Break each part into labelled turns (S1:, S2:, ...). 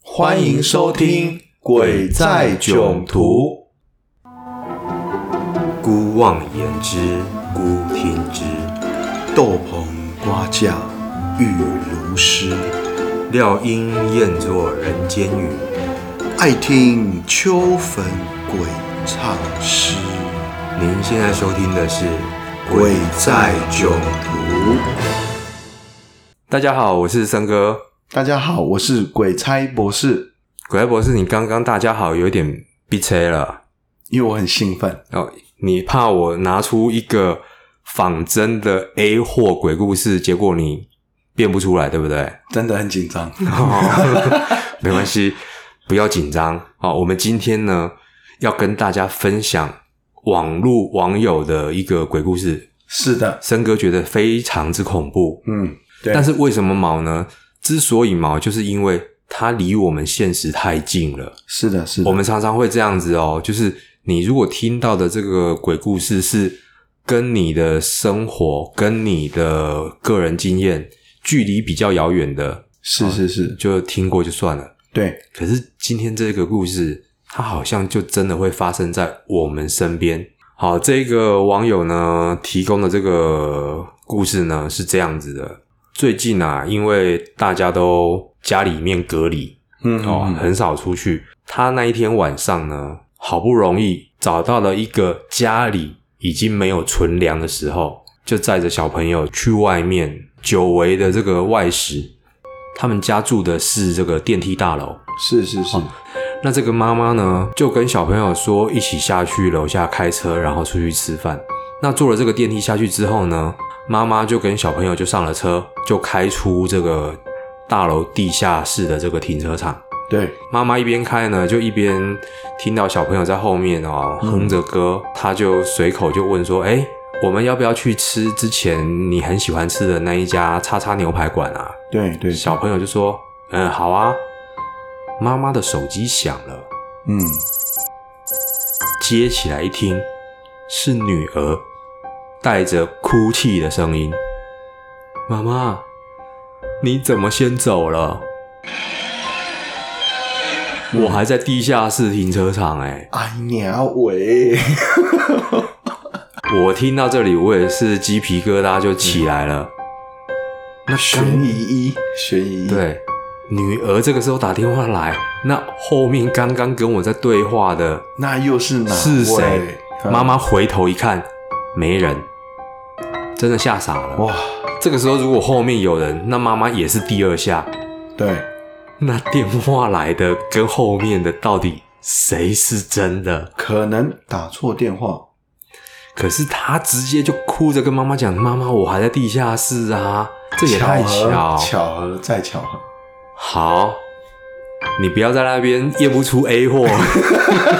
S1: 欢迎收听《鬼在囧途》。
S2: 姑妄言之，姑听之。
S3: 豆棚瓜架雨如诗，
S2: 料应厌作人间语。
S3: 爱听秋坟鬼唱诗。
S2: 您现在收听的是《
S3: 鬼在囧途》。
S2: 大家好，我是森哥。
S3: 大家好，我是鬼差博士。
S2: 鬼差博士，你刚刚大家好有点逼车了，
S3: 因为我很兴奋。
S2: 哦，你怕我拿出一个仿真的 A 货鬼故事，结果你变不出来，对不对？
S3: 真的很紧 张。
S2: 哦、 没关系，不要紧张哦。我们今天呢，要跟大家分享网络网友的一个鬼故事。
S3: 是的，
S2: 森哥觉得非常之恐怖。
S3: 嗯，对。
S2: 但是为什么毛呢？之所以毛，就是因为它离我们现实太近了。
S3: 是的，是的。
S2: 我们常常会这样子哦，就是你如果听到的这个鬼故事是跟你的生活、跟你的个人经验距离比较遥远的，
S3: 是是是、
S2: 哦，就听过就算了。
S3: 对。
S2: 可是今天这个故事，它好像就真的会发生在我们身边。好，这个网友呢提供的这个故事呢是这样子的。最近啊，因为大家都家里面隔离，
S3: 嗯
S2: 哦，很少出去。他那一天晚上呢，好不容易找到了一个家里已经没有存粮的时候，就载着小朋友去外面久违的这个外食。他们家住的是这个电梯大楼，
S3: 是是是。
S2: 那这个妈妈呢，就跟小朋友说一起下去楼下开车，然后出去吃饭。那坐了这个电梯下去之后呢？妈妈就跟小朋友就上了车，就开出这个大楼地下室的这个停车场。
S3: 对，
S2: 妈妈一边开呢，就一边听到小朋友在后面哦哼着歌，她就随口就问说：“哎、欸，我们要不要去吃之前你很喜欢吃的那一家叉叉牛排馆啊？”
S3: 对对，對
S2: 小朋友就说：“嗯，好啊。”妈妈的手机响了，
S3: 嗯，
S2: 接起来一听，是女儿。带着哭泣的声音：“妈妈，你怎么先走了？我还在地下室停车场哎、欸！”
S3: 哎娘喂！
S2: 我听到这里，我也是鸡皮疙瘩就起来了。嗯、
S3: 那悬疑，悬疑，
S1: 嗯
S2: 对，女儿这个时候打电话来，那后面刚刚跟我在对话的，
S3: 那又是哪？
S2: 是谁？
S1: 嗯
S2: 妈妈回头一看，没人。真的吓傻了
S3: 哇！
S2: 这个时候如果后面有人，那妈妈也是第二下。
S3: 对，
S2: 那电话来的跟后面的到底谁是真的？
S3: 可能打错电话。
S2: 可是他直接就哭着跟妈妈讲：“妈妈，我还在地下室啊！”这也太巧，
S3: 巧合再巧合。
S2: 好，你不要在那边验不出 A 货。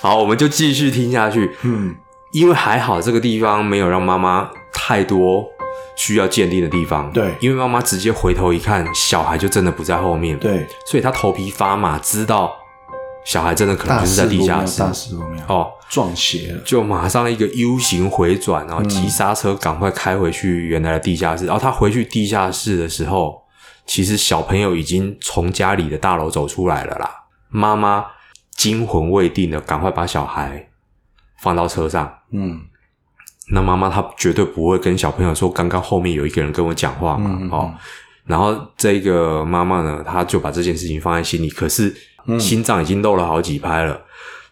S2: 好，我们就继续听下去。
S3: 嗯。
S2: 因为还好这个地方没有让妈妈太多需要鉴定的地方，
S3: 对，
S2: 因为妈妈直接回头一看，小孩就真的不在后面，
S3: 对，
S2: 所以她头皮发麻，知道小孩真的可能就是在地下室，
S3: 大事不妙
S2: 哦，
S3: 撞邪了，
S2: 就马上一个 U 型回转，然后急刹车，赶快开回去原来的地下室。嗯、然后他回去地下室的时候，其实小朋友已经从家里的大楼走出来了啦，妈妈惊魂未定的，赶快把小孩。放到车上，
S3: 嗯，
S2: 那妈妈她绝对不会跟小朋友说刚刚后面有一个人跟我讲话嘛，
S3: 嗯嗯嗯
S2: 哦，然后这个妈妈呢，她就把这件事情放在心里，可是
S3: 嗯
S2: 心脏已经漏了好几拍了，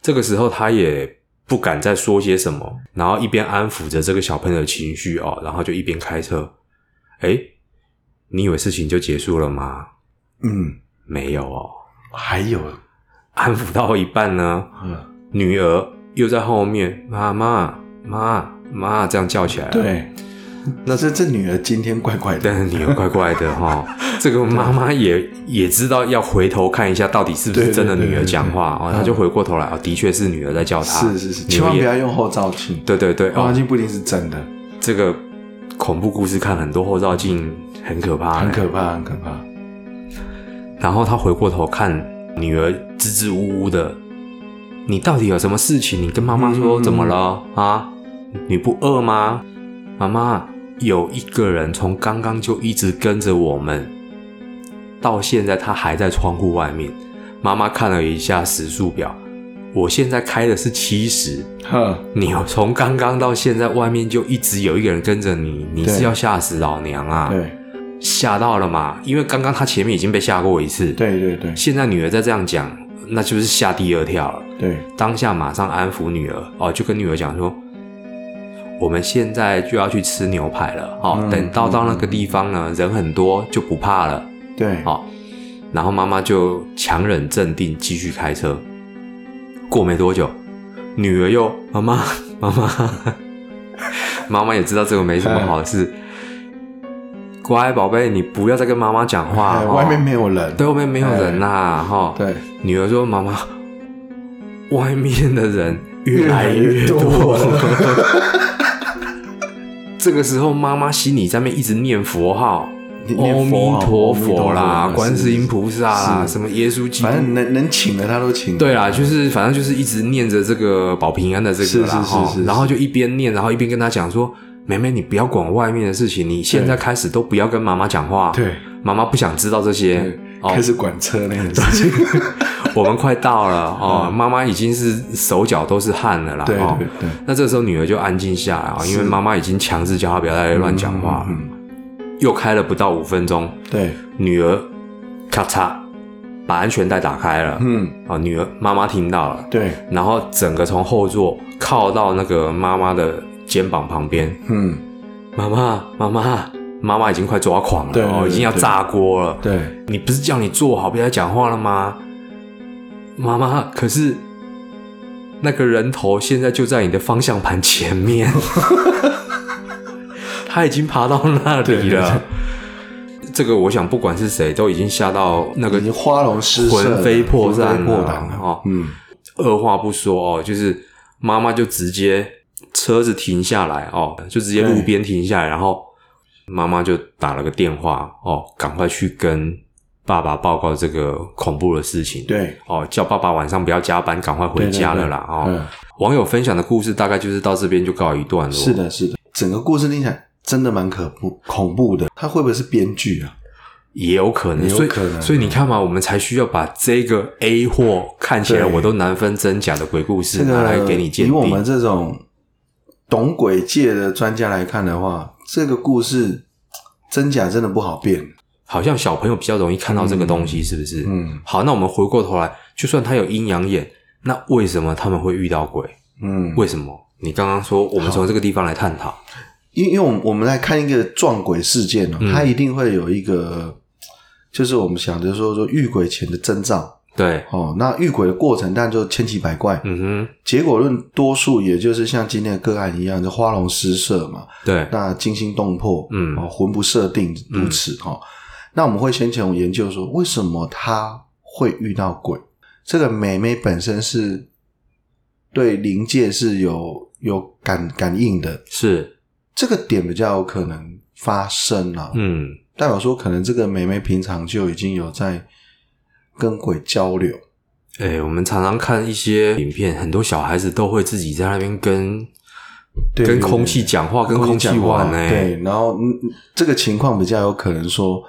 S2: 这个时候她也不敢再说些什么，然后一边安抚着这个小朋友的情绪哦，然后就一边开车，哎，你以为事情就结束了吗？
S3: 嗯，
S2: 没有哦，
S3: 还有
S2: 安抚到一半呢，
S3: 嗯，
S2: 女儿。又在后面，妈妈妈妈这样叫起来了。
S3: 对，那这这女儿今天怪怪的，
S2: 但是女儿怪怪的哈。 这个妈妈也也知道要回头看一下，到底是不是真的女儿讲
S3: 对
S2: 话
S3: 对对对
S2: 哦，她就回过头来，哦，的确是女儿在叫她。
S3: 是嗯是是，
S2: 女
S3: 千
S2: 儿
S3: 万不
S2: 也
S3: 要用后照镜，
S2: 对对对
S3: 后照
S2: 哦，
S3: 镜不一定是真的，
S2: 这个恐怖故事看很多后照镜很可怕，
S3: 很可怕，很可怕。
S2: 然后他回过头看女儿支支吾吾的，你到底有什么事情？你跟妈妈说
S3: 嗯
S2: 怎么了、啊？你不饿吗？妈妈，有一个人从刚刚就一直跟着我们，到现在他还在窗户外面。妈妈看了一下时速表，我现在开的是七十，
S1: 哼，
S2: 你从刚刚到现在，外面就一直有一个人跟着你，你
S1: 对
S2: 是要吓死老娘啊！
S1: 对
S2: 吓到了嘛？因为刚刚他前面已经被吓过一次，，
S1: 对对对
S2: 现在女儿再这样讲，那就是吓第二跳了。
S1: 对，
S2: 当下马上安抚女儿哦，就跟女儿讲说，我们现在就要去吃牛排了，哦，
S1: 嗯
S2: 等到到那个地方呢，人很多就不怕了，
S1: 对，
S2: 哦。然后妈妈就强忍镇定，继续开车。过没多久，女儿又妈妈 妈妈，妈妈也知道这个没什么好事。乖宝贝，你不要再跟妈妈讲话。
S1: 哎
S2: 哦
S1: 外面哎没有人，
S2: 对，外面没有人啦、哈。
S1: 对，
S2: 女儿说：“妈妈， 外面的人越来越多。
S1: 越来越
S2: 这个时候，妈妈心里在那边一直念佛号，
S1: 你
S2: 阿
S1: 念
S2: 弥
S1: 佛啊阿
S2: 陀
S1: 弥陀
S2: 佛
S1: 佛
S2: 啦，
S1: 是
S2: 观世音菩萨啦，
S1: 是
S2: 什么耶稣基督
S1: 反。正能能请的他都请，
S2: 对啦，就是反正就是一直念着这个保平安的这
S1: 是是
S2: 个啦，
S1: 是
S2: 哈
S1: 是是
S2: 然后就一边念，然后一边跟他讲说：“妹妹，你不要管外面的事情，你现在开始都不要跟妈妈讲话，
S1: 对，
S2: 妈妈不想知道这些
S1: 对。”
S2: 哦
S1: 开，始管车那件事情，
S2: 我们快 到了哦，妈妈已经是手脚都是汗了啦。
S1: 嗯对
S2: 哦
S1: 对对，
S2: 那这时候女儿就安静下来啊，因为妈妈已经强制叫她不要再乱讲话。
S1: 嗯嗯
S2: 又开了不到五分钟，
S1: 对，
S2: 女儿咔嚓把安全带打开了。
S1: 嗯，
S2: 哦，女儿妈妈听到了，
S1: 对，
S2: 然后整个从后座靠到那个妈妈的肩膀旁边。
S1: 嗯，
S2: 妈妈，妈妈，妈妈已经快抓狂了，
S1: 对
S2: 哦，
S1: 对
S2: 已经要
S1: 对
S2: 炸锅了。
S1: 对，
S2: 你不是叫你坐好，不要再讲话了吗？妈妈，可是那个人头现在就在你的方向盘前面， 他已经爬到那
S1: 对对
S2: 里了。这个我想，不管是谁，都已经吓到那个
S1: 已经花容失色了
S2: 魂飞魄散
S1: 魂飞魄散了
S2: 哦，
S1: 嗯，
S2: 二话不说哦，就是妈妈就直接车子停下来哦，就直接路边停下来，然后妈妈就打了个电话哦，赶快去跟爸爸报告这个恐怖的事情。
S1: 对，
S2: 哦，叫爸爸晚上不要加班，赶快回家了啦。
S1: 对对对嗯
S2: 哦，网友分享的故事大概就是到这边就告一段落。
S1: 是，的，是的，整个故事听起来真的蛮可怖恐怖的。他会不会是编剧啊？
S2: 也有可能，
S1: 也有
S2: 所以
S1: 可能
S2: 所以你看嘛，我们才需要把这个 A 货看起来
S1: 对
S2: 我都难分真假的鬼故事
S1: 这个
S2: 拿来给你鉴
S1: 以我
S2: 定
S1: 们。这种懂鬼界的专家来看的话，这个故事真假真的不好辨。
S2: 好像小朋友比较容易看到这个东西，是不是？
S1: 嗯
S2: 好，那我们回过头来，就算他有阴阳眼，那为什么他们会遇到鬼？
S1: 嗯，
S2: 为什么？你刚刚说我们从这个地方来探讨，
S1: 因因为我们我们来看一个撞鬼事件呢、
S2: 嗯
S1: 它一定会有一个，就是我们想着说说遇鬼前的征兆
S2: 对，
S1: 哦。那遇鬼的过程，但就千奇百怪。
S2: 嗯哼，
S1: 结果论多数也就是像今天的个案一样，就花容失色嘛，
S2: 对，
S1: 那惊心动魄，
S2: 嗯
S1: 哦，魂不设定如此哈、哦。那我们会先前我研究说，为什么他会遇到鬼？这个美妹本身是对灵界是有有感感应的，
S2: 是，
S1: 这个点比较有可能发生啊。
S2: 嗯，
S1: 代表说，可能这个美妹平常就已经有在跟鬼交流，
S2: 哎、我们常常看一些影片，很多小孩子都会自己在那边跟
S1: 对对
S2: 跟空
S1: 对
S2: 气讲话，跟
S1: 跟
S2: 空
S1: 你
S2: 气
S1: 讲话
S2: 玩欸呢、
S1: 对，然后嗯这个情况比较有可能说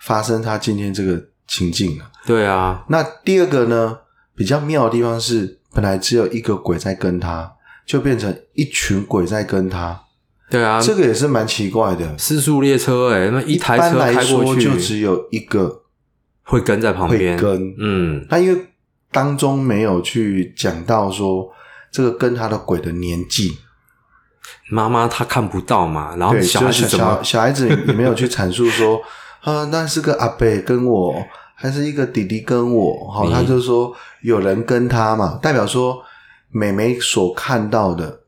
S1: 发生他今天这个情境啊。
S2: 对啊，
S1: 那第二个呢，比较妙的地方是，本来只有一个鬼在跟他，就变成一群鬼在跟他，
S2: 对啊，
S1: 这个也是蛮奇怪的。
S2: 四速列车、哎，那一台
S1: 般
S2: 车
S1: 来
S2: 开
S1: 说
S2: 过
S1: 就只
S2: 去，
S1: 有一个
S2: 会跟在旁
S1: 会
S2: 边，
S1: 跟，
S2: 嗯，
S1: 那因为当中没有去讲到说这个跟他的鬼的年纪，
S2: 妈妈她看不到嘛，然后
S1: 对，
S2: 小
S1: 就
S2: 孩
S1: 是
S2: 子怎么
S1: 小小孩子也没 有去阐述说啊，那是个阿伯跟我，还是一个弟弟跟我，好、
S2: 你
S1: 他就说有人跟他嘛，代表说美眉所看到的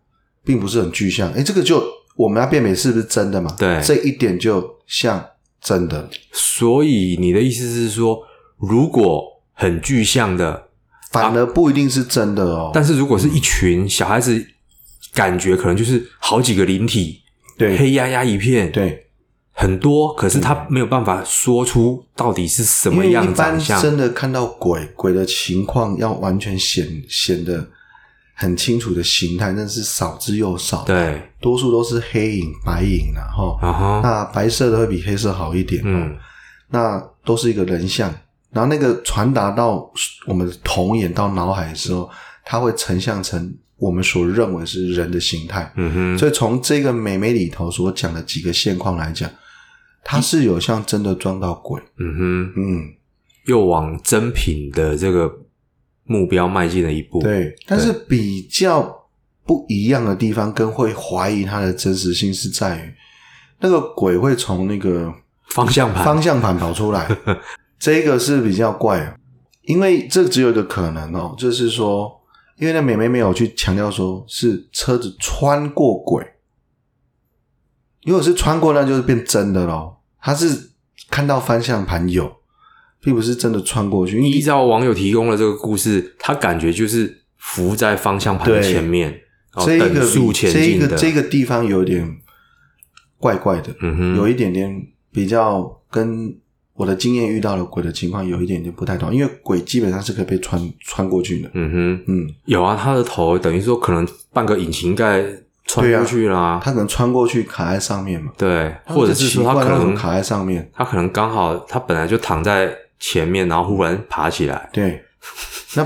S1: 并不是很具象，诶，这个就我们要辨别是不是真的嘛，
S2: 对
S1: 这一点就像真的，
S2: 所以你的意思是说，如果很具象的，
S1: 反而不一定是真的哦，
S2: 啊但是如果是一群小孩子，感觉可能就是好几个灵体，
S1: 对
S2: 黑压压一片，，
S1: 对，
S2: 很多，可是他没有办法说出到底是什
S1: 因
S2: 么
S1: 为一
S2: 样
S1: 般
S2: 长
S1: 真
S2: 相。
S1: 的看到鬼鬼的情况，要完全显显得很清楚的形态，那是少之又少，。
S2: 对，
S1: 多数都是黑影、白影啦、啊，哈、
S2: 然后，
S1: 那白色的会比黑色好一点。
S2: 嗯，
S1: 那都是一个人像，然后那个传达到我们的瞳眼到脑海的时候，它会成像成我们所认为是人的形态。
S2: 嗯哼，
S1: 所以从这个美眉里头所讲的几个现况来讲，它是有像真的撞到鬼，
S2: 嗯哼，
S1: 嗯，
S2: 又往真品的这个目标迈进了一步。，
S1: 对。但是比较不一样的地方，跟会怀疑它的真实性是在于，那个鬼会从那个
S2: 方向盘。
S1: 方向盘跑出来，这个是比较怪的，因为这只有一个可能哦，就是说，因为那美眉没有去强调说是车子穿过轨，如果是穿过，那就是变真的咯。她是看到方向盘有，并不是真的穿过去，因
S2: 依
S1: 为
S2: 照网友提供的这个故事，他感觉就是浮在方向盘的
S1: 对
S2: 前面，哦
S1: 这一个
S2: 等速
S1: 比
S2: 前
S1: 这一
S2: 进
S1: 个
S2: 的。
S1: 这个地方有点怪怪的，
S2: 嗯哼，
S1: 有一点点比较跟我的经验遇到的鬼的情况有一点点不太同，因为鬼基本上是可以被穿穿过去的。
S2: 嗯哼，
S1: 嗯，
S2: 有啊，他的头等于说可能半个引擎盖穿
S1: 对啊
S2: 过去啦、
S1: 他可能穿过去卡在上面嘛，
S2: 对，或者是说
S1: 他
S2: 他可能
S1: 卡在上面，
S2: 他可能刚好他本来就躺在前面，然后忽然爬起来。
S1: 对。那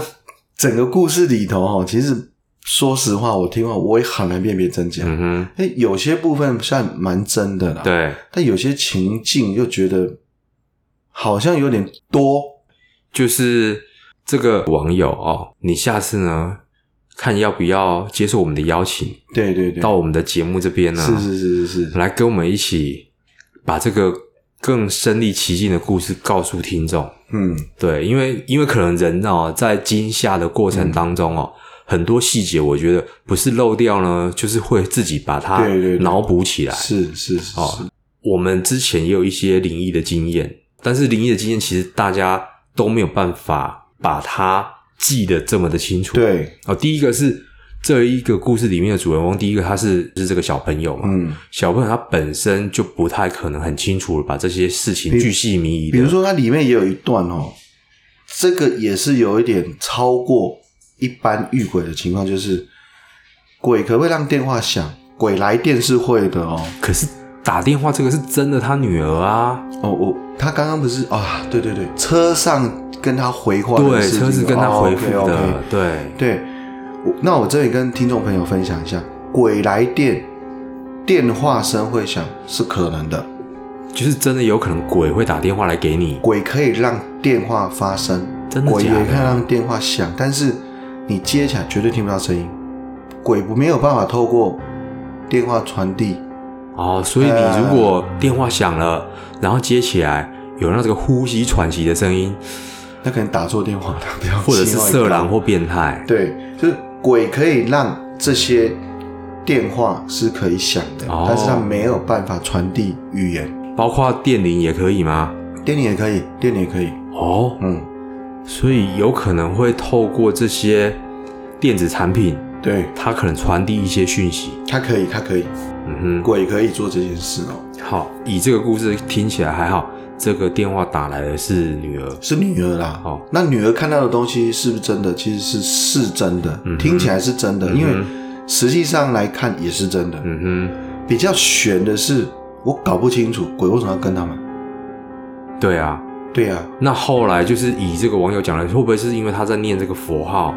S1: 整个故事里头哦，其实说实话，我听完我也很难辨别真假。
S2: 嗯
S1: 哎、有些部分算蛮真的啦，
S2: 哼，。对，
S1: 但有些情境又觉得好像有点多，
S2: 就是这个网友哦，你下次呢看要不要接受我们的邀请，
S1: 对对对，
S2: 到我们的节目这边呢、
S1: 是是是是是，
S2: 来跟我们一起把这个更身临其境的故事告诉听众。
S1: 嗯，
S2: 对，因为因为可能人哦，在惊吓的过程当中哦，
S1: 嗯
S2: 很多细节我觉得不是漏掉呢，就是会自己把它
S1: 对对对
S2: 脑补起来。
S1: 是是是
S2: 哦我们之前也有一些灵异的经验，但是灵异的经验其实大家都没有办法把它记得这么的清楚。
S1: 对，
S2: 哦，第一个是这一个故事里面的主人翁，第一个他是是这个小朋友嘛，
S1: 嗯，
S2: 小朋友他本身就不太可能很清楚地把这些事情
S1: 比
S2: 巨细靡遗的，
S1: 比如说它里面也有一段哦，这个也是有一点超过一般遇鬼的情况，就是鬼可不可以让电话响？鬼来电是会的哦。
S2: 可是打电话这个是真的，他女儿啊，
S1: 哦，我他刚刚不是啊？对对对，车上跟他回话的
S2: 对，
S1: 事情
S2: 车子跟他回复的，
S1: 哦，OK，OK
S2: 对，
S1: 对，我那我这里跟听众朋友分享一下，鬼来电电话声会响是可能的，
S2: 就是真的有可能鬼会打电话来给你，
S1: 鬼可以让电话发声，
S2: 真的
S1: 鬼也
S2: 假的
S1: 可以让电话响，但是你接起来绝对听不到声音，鬼不没有办法透过电话传递，
S2: 哦，所以你如果电话响了，然后接起来有那个呼吸喘息的声音，
S1: 那可能打错电话了，不要
S2: 或者是
S1: 气坏
S2: 色
S1: 他
S2: 狼或变态，
S1: 对，就是鬼可以让这些电话是可以响的，
S2: 哦
S1: 但是它没有办法传递语言，
S2: 包括电铃也可以吗？
S1: 电铃也可以，电铃也可以，
S2: 哦，
S1: 嗯，
S2: 所以有可能会透过这些电子产品，
S1: 对，
S2: 它可能传递一些讯息。
S1: 它可以，它可以，
S2: 嗯
S1: 鬼可以做这件事哦，
S2: 哼，好，以这个故事听起来还好，这个电话打来的是女儿。
S1: 是女儿啦。
S2: 哦，
S1: 那女儿看到的东西是不是真的？其实是是真的，
S2: 嗯哼
S1: 听起来是真的，
S2: 嗯哼
S1: 因为实际上来看也是真的。
S2: 嗯
S1: 比较悬的是，我搞不清楚鬼为什么要跟他们。
S2: 哼，对啊。
S1: 对呀、
S2: 那后来就是以这个网友讲的，会不会是因为他在念这个佛号，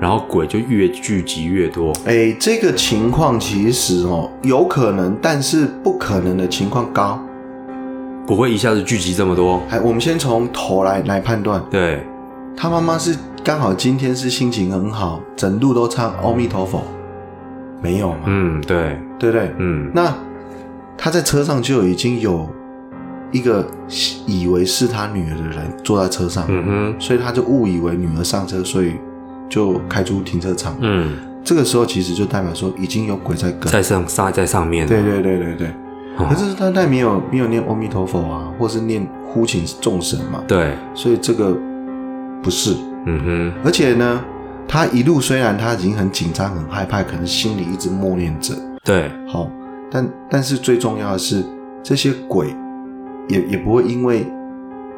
S2: 然后鬼就越聚集越多？
S1: 哎，这个情况其实哦有可能，但是不可能的情况高。
S2: 不会一下子聚集这么多？
S1: 哎，我们先从头来来判断，
S2: 对，
S1: 他妈妈是刚好今天是心情很好，整路都唱阿弥陀佛，没有嘛？
S2: 嗯，对，
S1: 对不对？
S2: 嗯，
S1: 那他在车上就已经有一个以为是他女儿的人坐在车上，
S2: 嗯哼，
S1: 所以他就误以为女儿上车，所以就开出停车场。
S2: 嗯，
S1: 这个时候其实就代表说已经有鬼在跟。
S2: 在上上在上面。
S1: 对对对对对。
S2: 哦，
S1: 可是他那没有没有念阿弥陀佛啊，或是念呼请众神嘛，
S2: 对，
S1: 所以这个不是。
S2: 嗯哼，
S1: 而且呢，他一路虽然他已经很紧张、很害怕，可能心里一直默念着，
S2: 对，
S1: 好，但但是最重要的是，这些鬼也也不会因为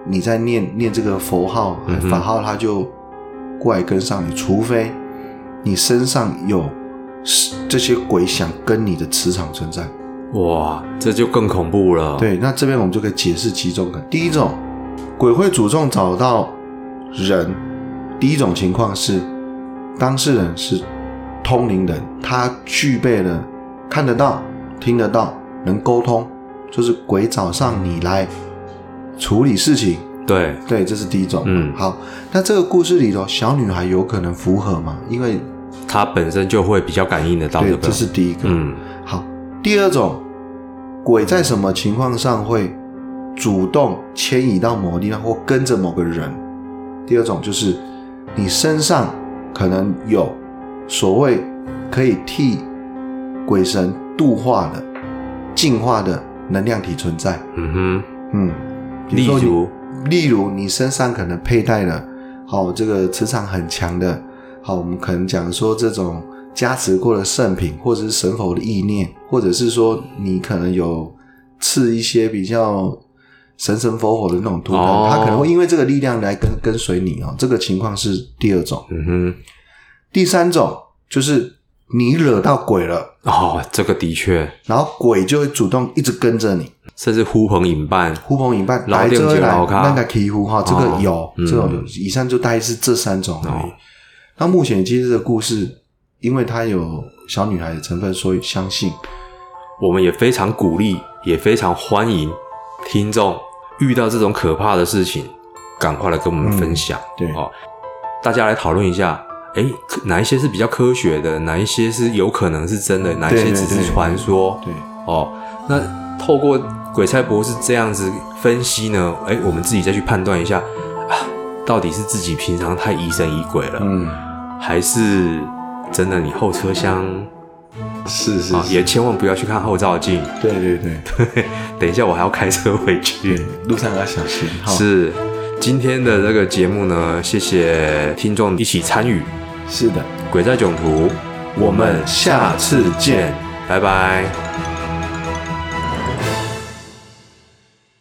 S1: 你在念念这个佛号、呃
S2: 嗯哼
S1: 法号，他就过来跟上你，除非你身上有是这些鬼想跟你的磁场存在。
S2: 哇，这就更恐怖了。，哦
S1: 对，那这边我们就可以解释几种可能。第一种，鬼会主动找到人，第一种情况是当事人是通灵人，他具备了看得到、听得到、能沟通，就是鬼找上你来处理事情。
S2: 对，
S1: 对，这是第一种。
S2: 嗯
S1: 好，那这个故事里头，小女孩有可能符合吗？因为
S2: 它本身就会比较感应得到
S1: 对，
S2: 这个
S1: 这。是第一个。
S2: 嗯，
S1: 好，第二种，鬼在什么情况上会主动迁移到某个地方或跟着某个人？第二种就是你身上可能有所谓可以替鬼神度化的、净化的能量体存在。
S2: 嗯
S1: 嗯，
S2: 哼，
S1: 比
S2: 例
S1: 如说你
S2: 如，
S1: 例如你身上可能佩戴了，好、这个磁场很强的，好、我们可能讲说这种加持过的圣品，或者是神佛的意念，或者是说你可能有刺一些比较神神佛佛的那种图腾，
S2: 哦
S1: 它可能会因为这个力量来跟跟随你哦。这个情况是第二种，
S2: 嗯哼，
S1: 第三种就是你惹到鬼了，
S2: 哦，这个的确，
S1: 然后鬼就会主动一直跟着你。
S2: 甚至呼朋引伴，
S1: 呼朋引伴，
S2: 老
S1: 来
S2: 店
S1: 这
S2: 街
S1: 来
S2: 老咖
S1: 那个皮呼哈，这
S2: 哦
S1: 个有，
S2: 嗯哦
S1: 这种有。以上就大概是这三种而已。那目前其实这个故事，因为它有小女孩的成分，所以相信
S2: 我们也非常鼓励，也非常欢迎听众遇到这种可怕的事情，赶快来跟我
S1: 嗯
S2: 们分享。
S1: 对
S2: 哦，大家来讨论一下，诶，可哪一些是比较科学的，哪一些是有可能是真的，哪一些
S1: 对对
S2: 只是
S1: 对
S2: 传说。
S1: 对
S2: 哦，那透过鬼差博士这样子分析呢，诶，我们自己再去判断一下啊，到底是自己平常太疑神疑鬼了，
S1: 嗯，
S2: 还是真的你后车厢
S1: 是是
S2: 啊，也千万不要去看后照镜。
S1: 对对对，
S2: 等一下，我还要开车 回去。
S1: 路上要小心哈。
S2: 是今天的这个节目呢，谢谢听众一起参与《
S1: 是的，
S2: 鬼在囧途》，我们下次见，拜拜。